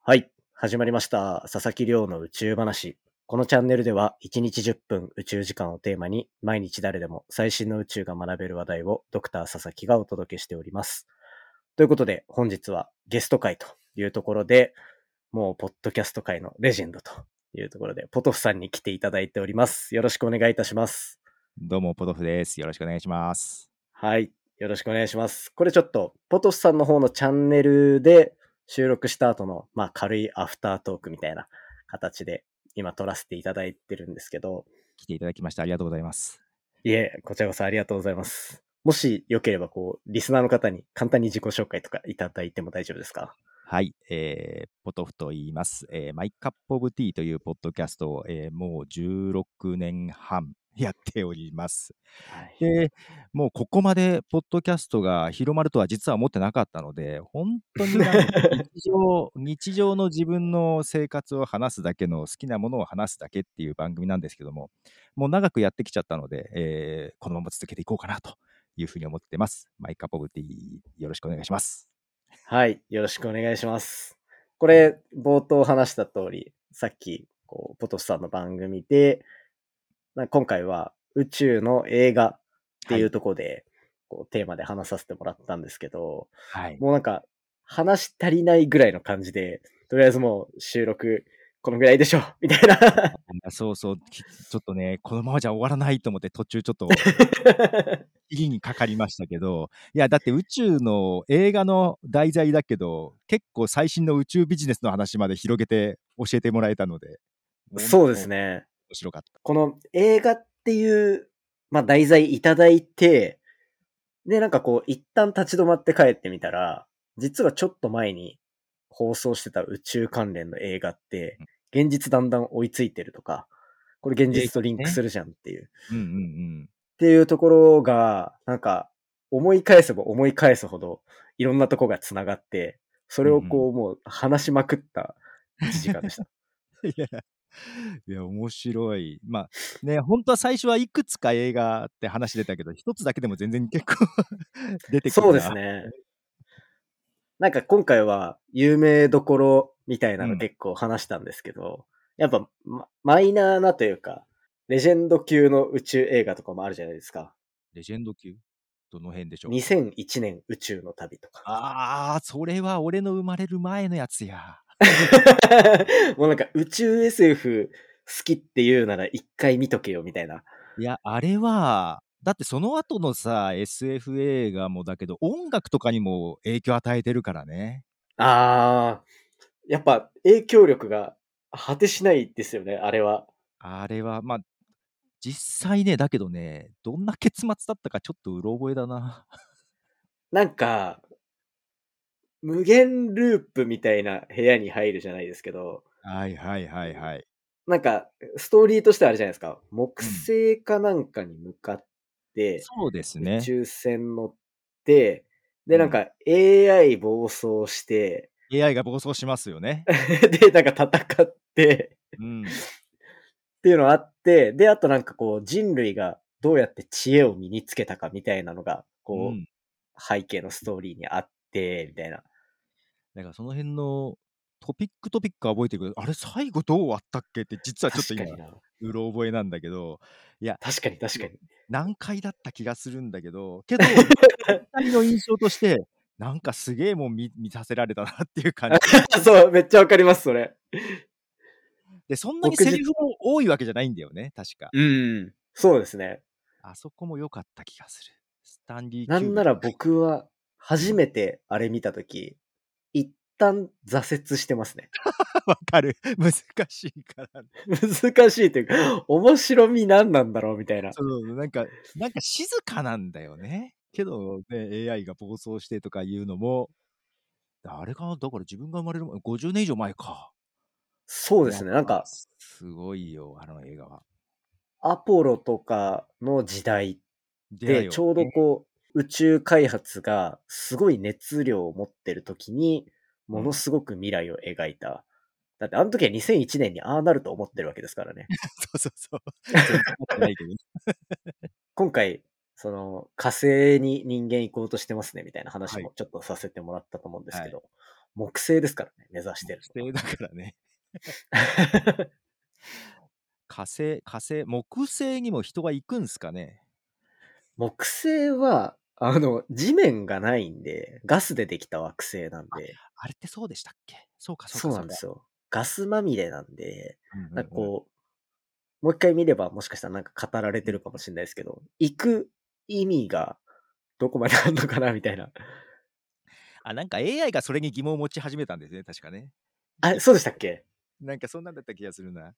はい。始まりました。佐々木亮の宇宙話。このチャンネルでは、1日10分宇宙時間をテーマに、毎日誰でも最新の宇宙が学べる話題を、ドクター佐々木がお届けしております。ということで、本日はゲスト会というところで、もう、ポッドキャスト界のレジェンドというところで、ポトフさんに来ていただいております。よろしくお願いいたします。どうも、ポトフです。よろしくお願いします。はい。よろしくお願いします。これちょっと、ポトフさんの方のチャンネルで収録した後の、まあ、軽いアフタートークみたいな形で、今撮らせていただいてるんですけど。来ていただきましてありがとうございます。いえ、こちらこそありがとうございます。もしよければ、こう、リスナーの方に簡単に自己紹介とかいただいても大丈夫ですかはい、えー、ポトフと言います、えー、マイカップオブティーというポッドキャストを、えー、もう16年半 やっております。はい、で、もうここまでポッドキャストが広まるとは実は思ってなかったので、本当に 日常日常の自分の生活を話すだけの好きなものを話すだけっていう番組なんですけども、もう長くやってきちゃったので、えー、このまま続けていこうかなというふうに思ってます。マイカポブティよろしくお願いします。はい、よろしくお願いします。これ、冒頭話した通り、さっき、こう、ポトフさんの番組で、今回は宇宙の映画っていうところで、こうテーマで話させてもらったんですけど、はい、もうなんか話し足りないぐらいの感じで、とりあえずもう収録このぐらいでしょ みたいな。そうそう、ちょっとね、このままじゃ終わらないと思って途中ちょ っと、意義にかかりましたけど、いや、だって宇宙の映画の題材だけど、結構最新の宇宙ビジネスの話まで広げて教えてもらえたので。そうですね。面白かった。この映画っていう、まあ、題材いただいて、で、なんかこう、一旦立ち止まって帰ってみたら、実はちょっと前に放送してた宇宙関連の映画って、現実だんだん追いついてるとか、これ現実とリンクするじゃんっていう。うんうんう ん、っていうところが、なんか、思い返せば思い返すほど、いろんなとこが繋がって、それをこう、もう話しまくった1時間でした。いや、いや、面白い。まあね、本当は最初はいくつか映画って話出たけど、一つだけでも全然結構 出てくるそうですね。なんか今回は有名どころみたいなの結構話したんですけど、うん、やっぱ、ま、マイナーなというか、レジェンド級の宇宙映画とかもあるじゃないですか。レジェンド級どの辺でしょう ?2001 年宇宙の旅とか。ああ、それは俺の生まれる前のやつや。 もうなんか宇宙 SF 好きっていうなら一回見とけよみたいな。いや、あれは、だってその後のさ、SF 映画もだけど、音楽とかにも影響与えてるからね。あー、やっぱ影響力が果てしないですよね、あれは。あれは、まあ、実際ね、だけどね、どんな結末だったかちょっとうろ覚えだな。なんか、無限ループみたいな部屋に入るじゃないですけど。はいはいはいはい。なんか、ストーリーとしてはあれじゃないですか。木星かなんかに向かって、うん、 そうですね。宇宙船乗って、で、なんか AI 暴走して、 うん、AI が暴走しますよね。で、なんか戦ってうん、 っていうのあって、で、あとなんかこう人類がどうやって知恵を身につけたかみたいなのが、こう、うん、背景のストーリーにあって、みたいな。だからその辺のトピックトピック覚えてくるあれ最後どうあったっけって実はちょっと今うろ覚えなんだけどいや確かに確かに難解だった気がするんだけどけど2人の印象としてなんかすげえもん見見させられたなってい う感じ そうめっちゃわかりますそれでそんなにセリフも多いわけじゃないんだよね確かうんそうですねあそこも良かった気がするスタンリー・なんなら僕は初めてあれ見た時一旦挫折してますね。 わかる。難しいから、ね、難しいというか、面白み何なんだろうみたいな。そうなんか、なんか静かなんだよね。けど、ね、AI が暴走してとかいうのも、あれかだから自分が生まれる前、50年以上前か。そうですね、なんか。すごいよ、あの映画は。アポロとかの時代で、ちょうどこう、宇宙開発がすごい熱量を持ってる時にものすごく未来を描いた。だってあの時は2001年にああなると思ってるわけですから ね。そうそうそう。ない けど今回、その火星に人間行こうとしてますねみたいな話もちょっとさせてもらったと思うんですけど、はい、木星ですからね、目指してる木星だからね。火星、火星、木星にも人は行くんすかね 木星は、あの、地面がないんで、ガスでできた惑星なんで、あれってそうでしたっけそうか、そそううか。なんですよ。よ。ガスまみれなんで、うんうんなんかこう、もう一回見ればもしかしたらなんか語られてるかもしれないですけど、行く意味がどこまであるのかなみたいな。あ、なんか AI がそれに疑問を持ち始めたんですね、確かね。あ、そうでしたっ けなんかそんなんだった気がするな。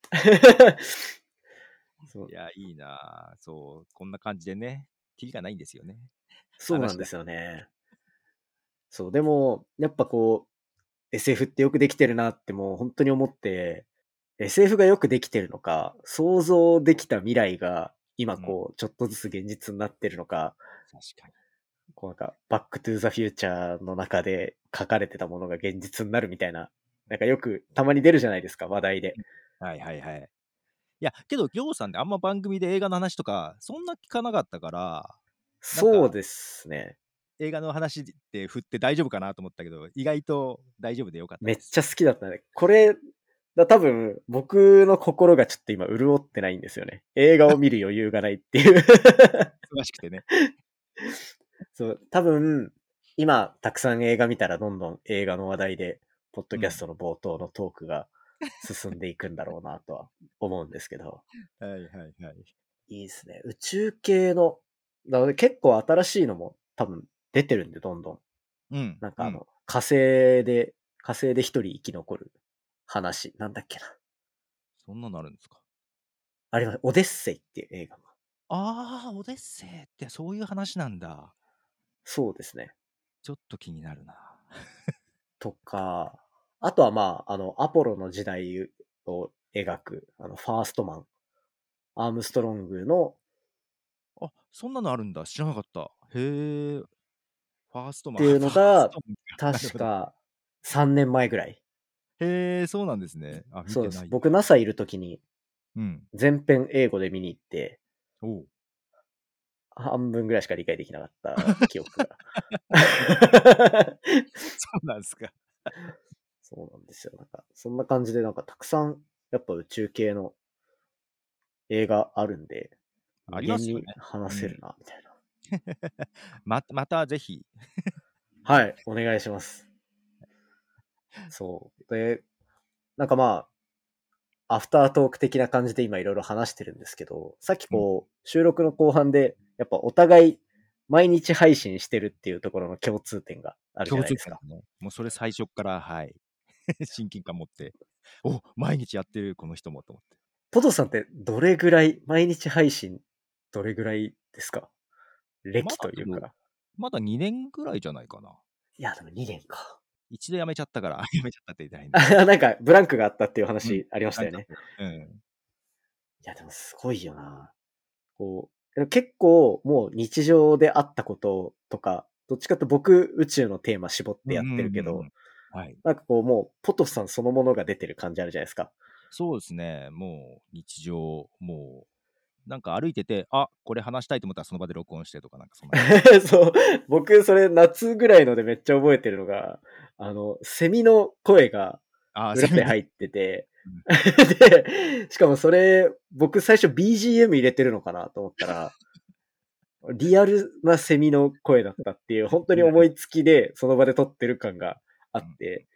そういや、いいなあそう、こんな感じでね、キリがないんですよね。そうなんですよね。そう、でも、やっぱこう、SF ってよくできてるなってもう本当に思って、SF がよくできてるのか、想像できた未来が今こう、ちょっとずつ現実になってるのか、確かに。こうなんか、バックトゥーザフューチャーの中で書かれてたものが現実になるみたいな、なんかよくたまに出るじゃないですか、話題で。はいはいはい。いや、けど、りょうさんってあんま番組で映画の話とか、そんな聞かなかったから、そうですね。映画の話って振って大丈夫かなと思ったけど、意外と大丈夫でよかっためっです。ちゃ好きだったね。これ、だ多分、僕の心がちょっと今潤ってないんですよね。映画を見る余裕がないっていう。忙しくてね。そう、多分、今、たくさん映画見たらどんどん映画の話題で、ポッドキャストの冒頭のトークが進んでいくんだろうなとは思うんですけど。はいはいはい。いいですね。宇宙系の、だから結構新しいのも多分出てるんで、どんどん。うん。なんかあの、う火星で、火星で一人生き残る話、なんだっけな。そんなのあるんですか。あれはオデッセイっていう映画も。ああ、オデッセイってそういう話なんだ。そうですね。ちょっと気になるな。とか、あとはまあ、あの、アポロの時代を描く、あの、ファーストマン、アームストロングの、あそんなのあるんだ。知らなかった。へえ。ファーストマン。っていうのがファーストマンか確。なるほか3年前ぐらい。どへえ、そうなんですね。あ、見てそうない。です。僕 NASA いる時にうん。全編英語で見に行って、おう半分ぐらいしか理解できなか った記憶が。 そうなんですか。 そうなんですよ。なんか、そんな感じで、なんか、たくさん、やっぱ宇宙系の映画あるんで、ありますよね無限に話せるな、みたいな。ままたぜひ。はい、お願いします。そう。で、なんかまあ、アフタートーク的な感じで今いろいろ話してるんですけど、さっきこう、収録の後半で、やっぱお互い毎日配信してるっていうところの共通点があるじゃないですか。共通点ね。もうそれ最初から、はい。 親近感持って。お毎日やってる、この人もと思って。ポトさんってどれぐらい、毎日配信どれぐらいですか歴というまか。あでまだ2年ぐらいじゃないかな。いや、でも2年か。 一度辞めちゃったから、 辞めちゃったって言ったら変だあなんか、ブランクがあったっていう話ありましたよね。。うん。いや、でもすごいよな。こう、結構もう日常であったこととか、どっちかって僕、宇宙のテーマ絞ってやってるけうんうんどうん、うん。はい。なんかこうもう、ポトフさんそのものが出てる感じあるじゃないですか。 そうですね、もう日常、もう、なんか歩いてて、あこれ話したいと思ったらその場で録音してとか、なんかそ んな。そう、僕、それ夏ぐらいのでめっちゃ覚えてるのが、あの、セミの声があー裏そういでう入ってて、 で、しかもそれ、僕最初 BGM 入れてるのかなと思ったら、リアルなセミの声だったっていう、本当に思いつきでその場で撮ってる感があって、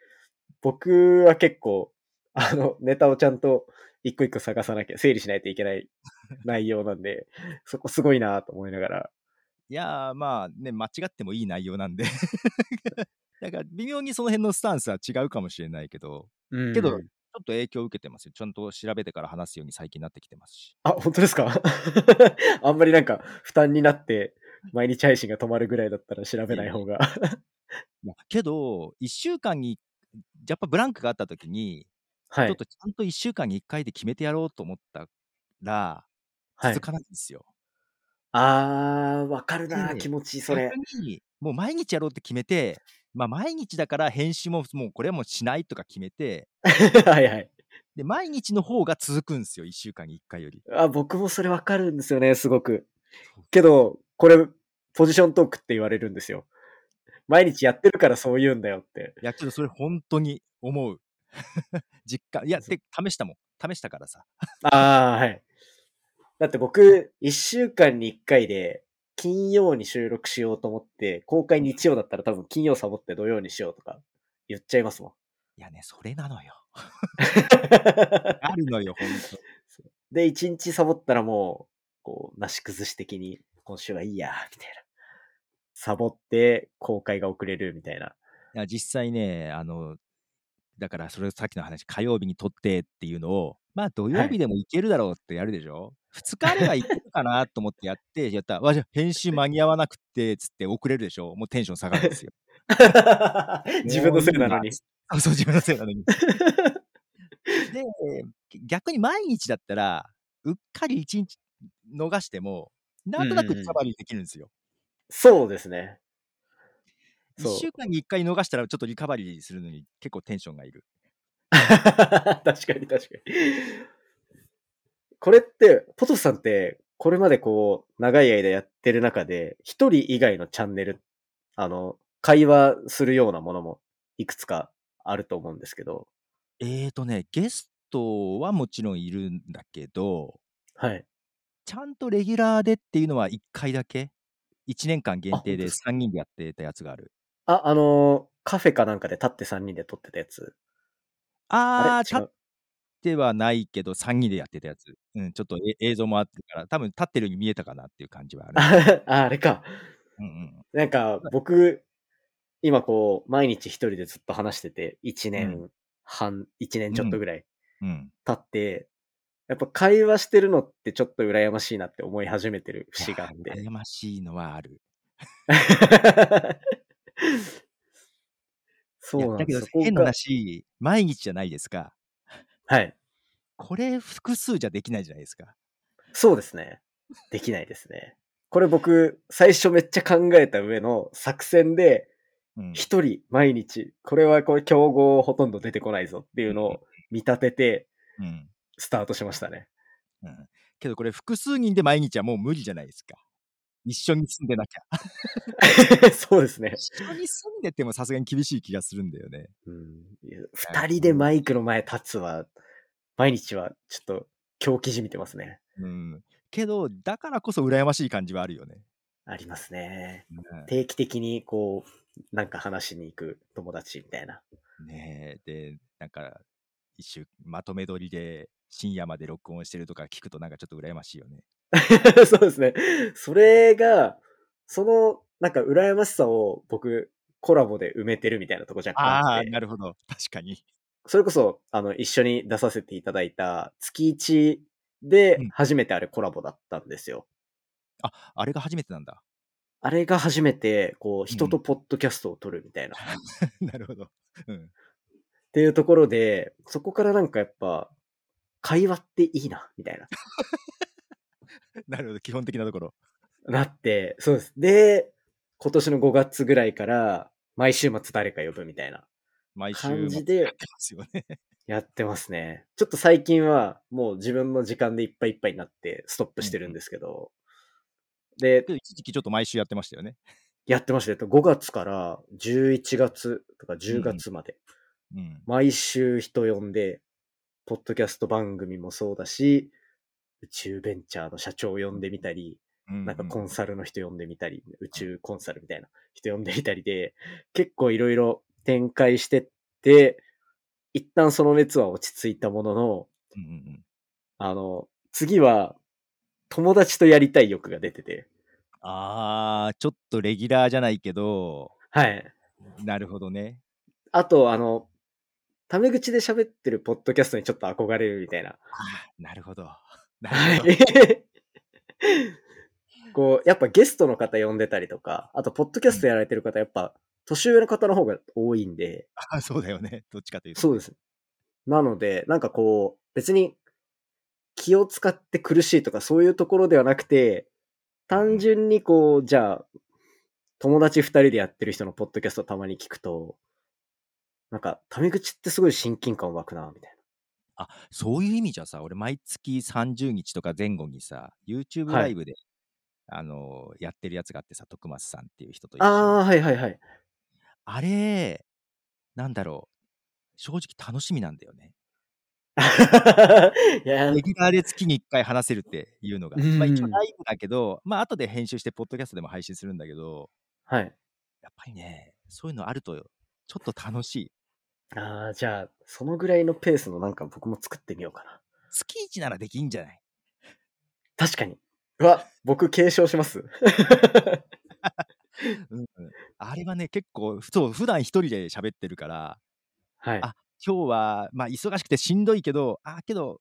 僕は結構、あの、ネタをちゃんと一個一個探さなきゃ、整理しないといけない内容なんで、そこすごいなと思いながら、いやー、まあね、間違ってもいい内容なんで。 だから微妙にその辺のスタンスは違うかもしれないけど、うんけど、ちょっと影響を受けてますよ。ちゃんと調べてから話すように最近なってきてますし。あ、本当ですか あんまりなんか負担になって毎日配信が止まるぐらいだったら調べない方が。いやけど、1週間に、やっぱブランクがあった時に、はちょっい。とちゃんと1週間に1回で決めてやろうと思ったら、はい続、かないんですよ。あー、わかるな、うん気持ちいい、それ 逆。にもう毎日やろうって決めて、まあ、毎日だから編集ももうこれはもうしないとか決めてはいはい。で毎日の方が続くんですよ1週間に1回よりあ、僕もそれわかるんですよね、すごく。けど、これ、ポジショントークって言われるんですよ。毎日やってるからそう言うんだよって。いや、けどそれ本当に思う。 実感、いや、そうで、試したもん。試したからさ。ああ、はい。だって僕、一週間に一回で、金曜に収録しようと思って、公開日曜だったら多分金曜サボって土曜にしようとか言っちゃいますもん。いやね、それなのよ。あるのよ、本で、一日サボったらもう、こう、なし崩し的に、今週はいいや、みたいな。サボって公開が遅れるみたい な。当。いや、実際ね、あの、だから、それさっきの話、火曜日に撮ってっていうのを、まあ、土曜はい日でもいけるだろうってやるでしょ、二 ?2 日あればいけるかなと思ってやって、やったら、わ、じゃあ編集間に合わなくて、つって遅れるでしょもうテンション下がるんですよ。 自分のせいなのに。あそう、自分のせい なのに。で、逆に毎日だったら、うっかり一日逃しても、なんとなうんうんうくんサバリーできるんですよ。そうですね。一そう週間に一回逃したら、ちょっとリカバリーするのに結構テンションがいる。 確かに確かに。これって、ポトフさんって、これまでこう、長い間やってる中で、一人以外のチャンネル、あの、会話するようなものも、いくつかあると思うんですけど、えーとね、ゲストはもちろんいるんだけど、はい。ちゃんとレギュラーでっていうのは一回だけ、一年間限本当定でです3人でやってたやつがある。あ、あの、カフェかなんかで立って3人で撮ってたやつ。ああー、立れ違う。ってはないけど、3人でやってたやつ。うん、ちょっとえ映像もあってから、多分立ってるように見えたかなっていう感じはある。 ああれか。うんうん、なんか、僕、今こう、毎日一人でずっと話してて、1年半、1年ちょっとぐらい うん、経って、やっぱ会話してるのってちょっと羨ましいなって思い始めてる節があっいやて。ー羨ましいのはある。いそやうなんだでけすど そ、こ変なが話、毎日じゃないですか。はい。これ、複数じゃできないじゃないですか。そうですね。できないですね。これ僕、最初めっちゃ考えた上の作戦で、うん、一人毎日、これはこう、競合ほとんど出てこないぞっていうのを見立てて、うんスタートしましたね。うんけど、これ、複数人で毎日はもう無理じゃないですか。一緒に住んでなきゃ。 そうですね。一緒に住んでてもさすがに厳しい気がするんだよね。うんいや二人でマイクの前立つは、毎日はちょっと狂気じみてますね。うん、けど、だからこそ羨ましい感じはあるよね。ありますね。うん定期的にこう、なんか話しに行く友達みたいな。 ねえ、で、なんか、一週、まとめ撮りで深夜まで録音してるとか聞くと、なんかちょっと羨ましいよね。そうですね。それが、その、なんか羨ましさを僕、コラボで埋めてるみたいなとこ若干ああっあ、て、なるほど。確かに。それこそ、あの、一緒に出させていただいた月1でうん初めてあれコラボだったんですよ。あ、あれが初めてなんだ。 あれが初めて、こう、人とポッドキャストを撮るみたいな。なるほど。うん。っていうところで、そこからなんかやっぱ、会話っていいな、みたいな。なるほど。基本的なところ。なって、そうです。で、今年の5月ぐらいから、毎週末誰か呼ぶみたいな毎週感じでですよね。 やってますね。ちょっと最近はもう自分の時間でいっぱいいっぱいになってストップしてるんですけど、でけ、ど一時期ちょっと毎週やってましたよね。やってましたよ。5月から11月とか10月まで、うん。毎週人呼んで、ポッドキャスト番組もそうだし、宇宙ベンチャーの社長を呼んでみたり、うんなんかコうンサルの人呼んでみたり、宇宙コンサルみたいな人呼んでみたりで、結構いろいろ展開してって、一旦その熱は落ち着いたものの、うんうん。あの、次は友達とやりたい欲が出てて、ああ、ちょっとレギュラーじゃないけど、はい。なるほどね。あと、あの、タメ口で喋ってるポッドキャストにちょっと憧れるみたいな。なるほど。 なはるほど。い。 こう、やっぱゲストの方呼んでたりとか、あと、ポッドキャストやられてる方、やっぱ、年上の方の方が多いんで、あそうだよね。どっちかというと。そうです。なので、なんかこう、別に気を使って苦しいとかそういうところではなくて、単純にこう、じゃあ、友達二人でやってる人のポッドキャストたまに聞くと、なんか、タメ口ってすごい親近感湧くな、みたいあそういう意味じゃさ、俺、毎月30日とか前後にさ、YouTube はいライブで、あのーやってるやつがあってさ、徳松さんっていう人と一な。緒ああー、はいはいはい。あれ、なんだろう、正直楽しみなんだよね。いや、レギュラーで月に1回話せるっていうのが。うまあ一応ん。ライブだけど、まあ後で編集してポッドキャストでも配信するんだけど、はい。やっぱりね、そういうのあるとちょっと楽しい。ああ、じゃあ、そのぐらいのペースのなんか僕も作ってみようかな。月1ならできんじゃない確かに。うわ、僕継承します。うんうん。あれはね、結構、ふと普段一人で喋ってるから、はい。あ、今日は、まあ忙しくてしんどいけど、あ、けど、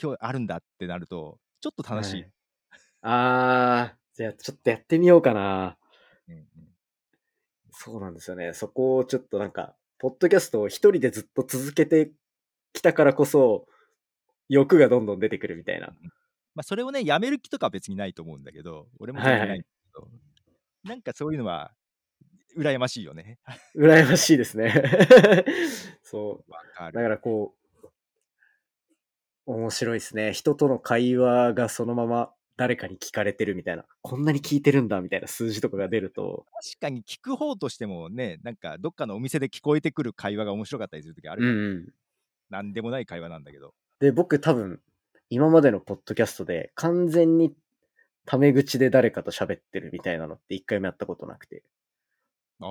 今日あるんだってなると、ちょっと楽はしい。い。ああ、じゃあちょっとやってみようかな。うんうん。そうなんですよね。そこをちょっとなんか、ポッドキャストを一人でずっと続けてきたからこそ、欲がどんどん出てくるみたいな。うんうん。ま、それをね、やめる気とかは別にないと思うんだけど、俺もは全いは然ないい。けど、なんかそういうのは羨ましいよね。羨ましいですね。 そわかう。だる。からこう面白いですね。人との会話がそのまま誰かに聞かれてるみたいな、こんなに聞いてるんだみたいな数字とかが出ると確かに聞く方としてもね、なんかどっかのお店で聞こえてくる会話が面白かったりする時あるうんからね。うん。なんでもない会話なんだけど。で、僕多分、今までのポッドキャストで完全にタメ口で誰かと喋ってるみたいなのって1回もやったことなくて。あ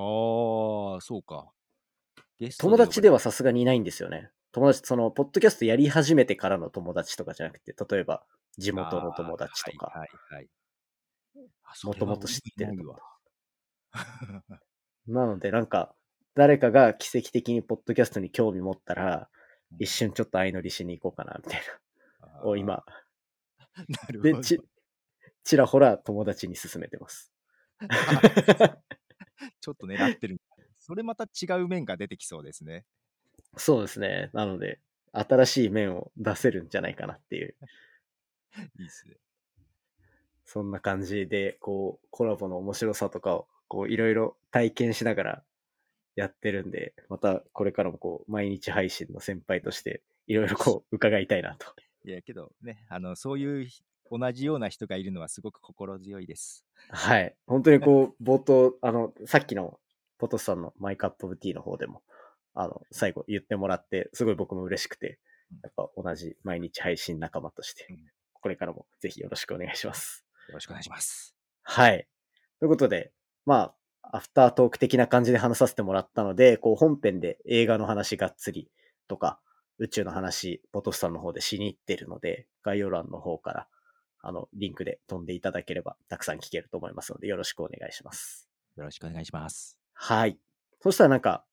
あ、そうか。ゲスト友で呼ば達れではさすがにいないんですよね。友達、その、ポッドキャストやり始めてからの友達とかじゃなくて、例えば、地元あのあ、友達とはいか、はいはい。あ、そもれとはもと俺知もっいてなるい友わ。達。なので、なんか、誰かが奇跡的にポッドキャストに興味持ったら、う一ん。瞬ちょっと相乗りしに行こうかな、みたいな。 をああ。今、 なるで、ほち、ど。ちらほら友達に勧めてます。あ、ちょっと狙ってる。それまた違う面が出てきそうですね。 そうですね。なので、新しい面を出せるんじゃないかなっていう、いいっすね。そんな感じで、こう、コラボの面白さとかを、こう、いろいろ体験しながらやってるんで、またこれからもこう、毎日配信の先輩として、いろいろこ う、伺いたいなと。いや、けどね、あの、そういうひ同じような人がいるのはすごく心強いです。はい。本当にこう、冒頭、あの、さっきのポトスさんのマイカップオブティーの方でも、あの、最後言ってもらって、すごい僕も嬉しくて、うんやっぱ同じ毎日配信仲間として、うん。これからもぜひよろしくお願いします。よろしくお願いします。はい。ということで、まあ、アフタートーク的な感じで話させてもらったので、こう本編で映画の話がっつりとか、宇宙の話、ポトフさんの方でしに行ってるので、概要欄の方から、あの、リンクで飛んでいただければ、たくさん聞けると思いますので、よろしくお願いします。よろしくお願いします。はい。そしたらなんか、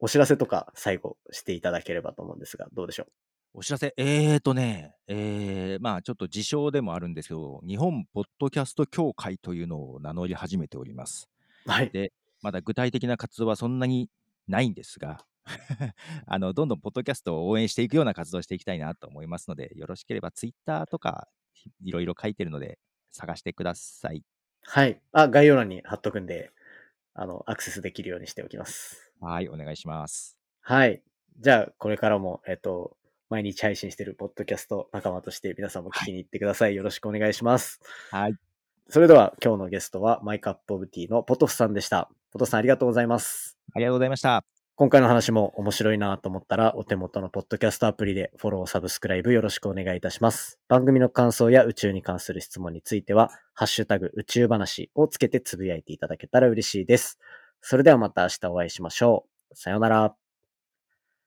お知らせとか最後していただければと思うんですが、どうでしょうお知らせ、えーとね、えー、まあちょっと自称でもあるんですけど、日本ポッドキャスト協会というのを名乗り始めております。はい。で、まだ具体的な活動はそんなにないんですが、 あの、どんどんポッドキャストを応援していくような活動をしていきたいなと思いますので、よろしければツイッターとかひいろいろ書いてるので、探してください。はい。あ、概要欄に貼っとくんで、あの、アクセスできるようにしておきます。はい、お願いします。はい。じゃあ、これからも、えっと、毎日配信してるポッドキャスト仲間として皆さんも聞はきい。に行ってください。よろしくお願いします。はい。それでは、今日のゲストは、マイカップオブティーのポトフさんでした。ポトフさん、ありがとうございます。ありがとうございました。今回の話も面白いなと思ったら、お手元のポッドキャストアプリでフォロー、サブスクライブよろしくお願いいたします。番組の感想や宇宙に関する質問については、ハッシュタグ宇宙話をつけてつぶやいていただけたら嬉しいです。それではまた明日お会いしましょう。さようなら。